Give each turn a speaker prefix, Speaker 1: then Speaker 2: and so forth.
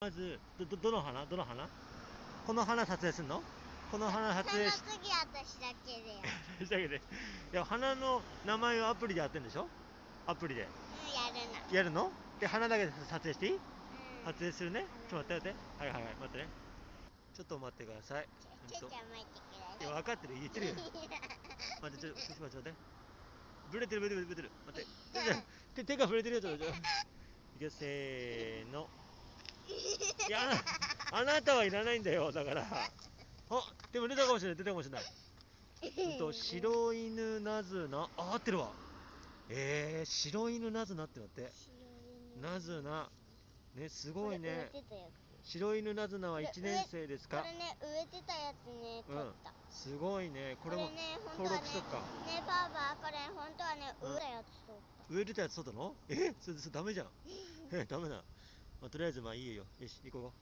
Speaker 1: まずどどどの花どの花この花撮影すんのこの花撮
Speaker 2: その
Speaker 1: 影し
Speaker 2: 次私だけでよ。
Speaker 1: したけどいや花の名前をアプリでやってんでしょアプリで
Speaker 2: うん、やるな。
Speaker 1: やるので花だけ撮影していい
Speaker 2: うん
Speaker 1: 撮。影するねちょっと待って待ってはいはいはい待ってねちょっと待ってください
Speaker 2: ちょちょっと待って
Speaker 1: い
Speaker 2: く
Speaker 1: や
Speaker 2: ださい。
Speaker 1: 分かってる言ってるよ待ってちょっとちょっと待って待ってブレてるブレてるブレてる待ってちょちょ手手が触れてるよちょっと待っていくよせーのいやあなあなたはいらないんだよだからあでも出たかもしれない出たかもしれないうんと白犬なずなあ合ってるわえー、白犬なずなってなってなずなねすごいね
Speaker 2: 植えてたや
Speaker 1: 白犬なずなは1年生です
Speaker 2: つ。こ
Speaker 1: か
Speaker 2: れね、植えてたやつね、取った。
Speaker 1: すごいねこ
Speaker 2: こ
Speaker 1: れ
Speaker 2: れね
Speaker 1: も、登
Speaker 2: 本当は
Speaker 1: 録
Speaker 2: ね
Speaker 1: しとくか、
Speaker 2: ね、パパ、これ本当はね、
Speaker 1: うん
Speaker 2: 植えたやつ取っ
Speaker 1: 植えてたやつそうだのえそれそれダメじゃんえダメだ、まあ、とりあえずまあいいよよし行こう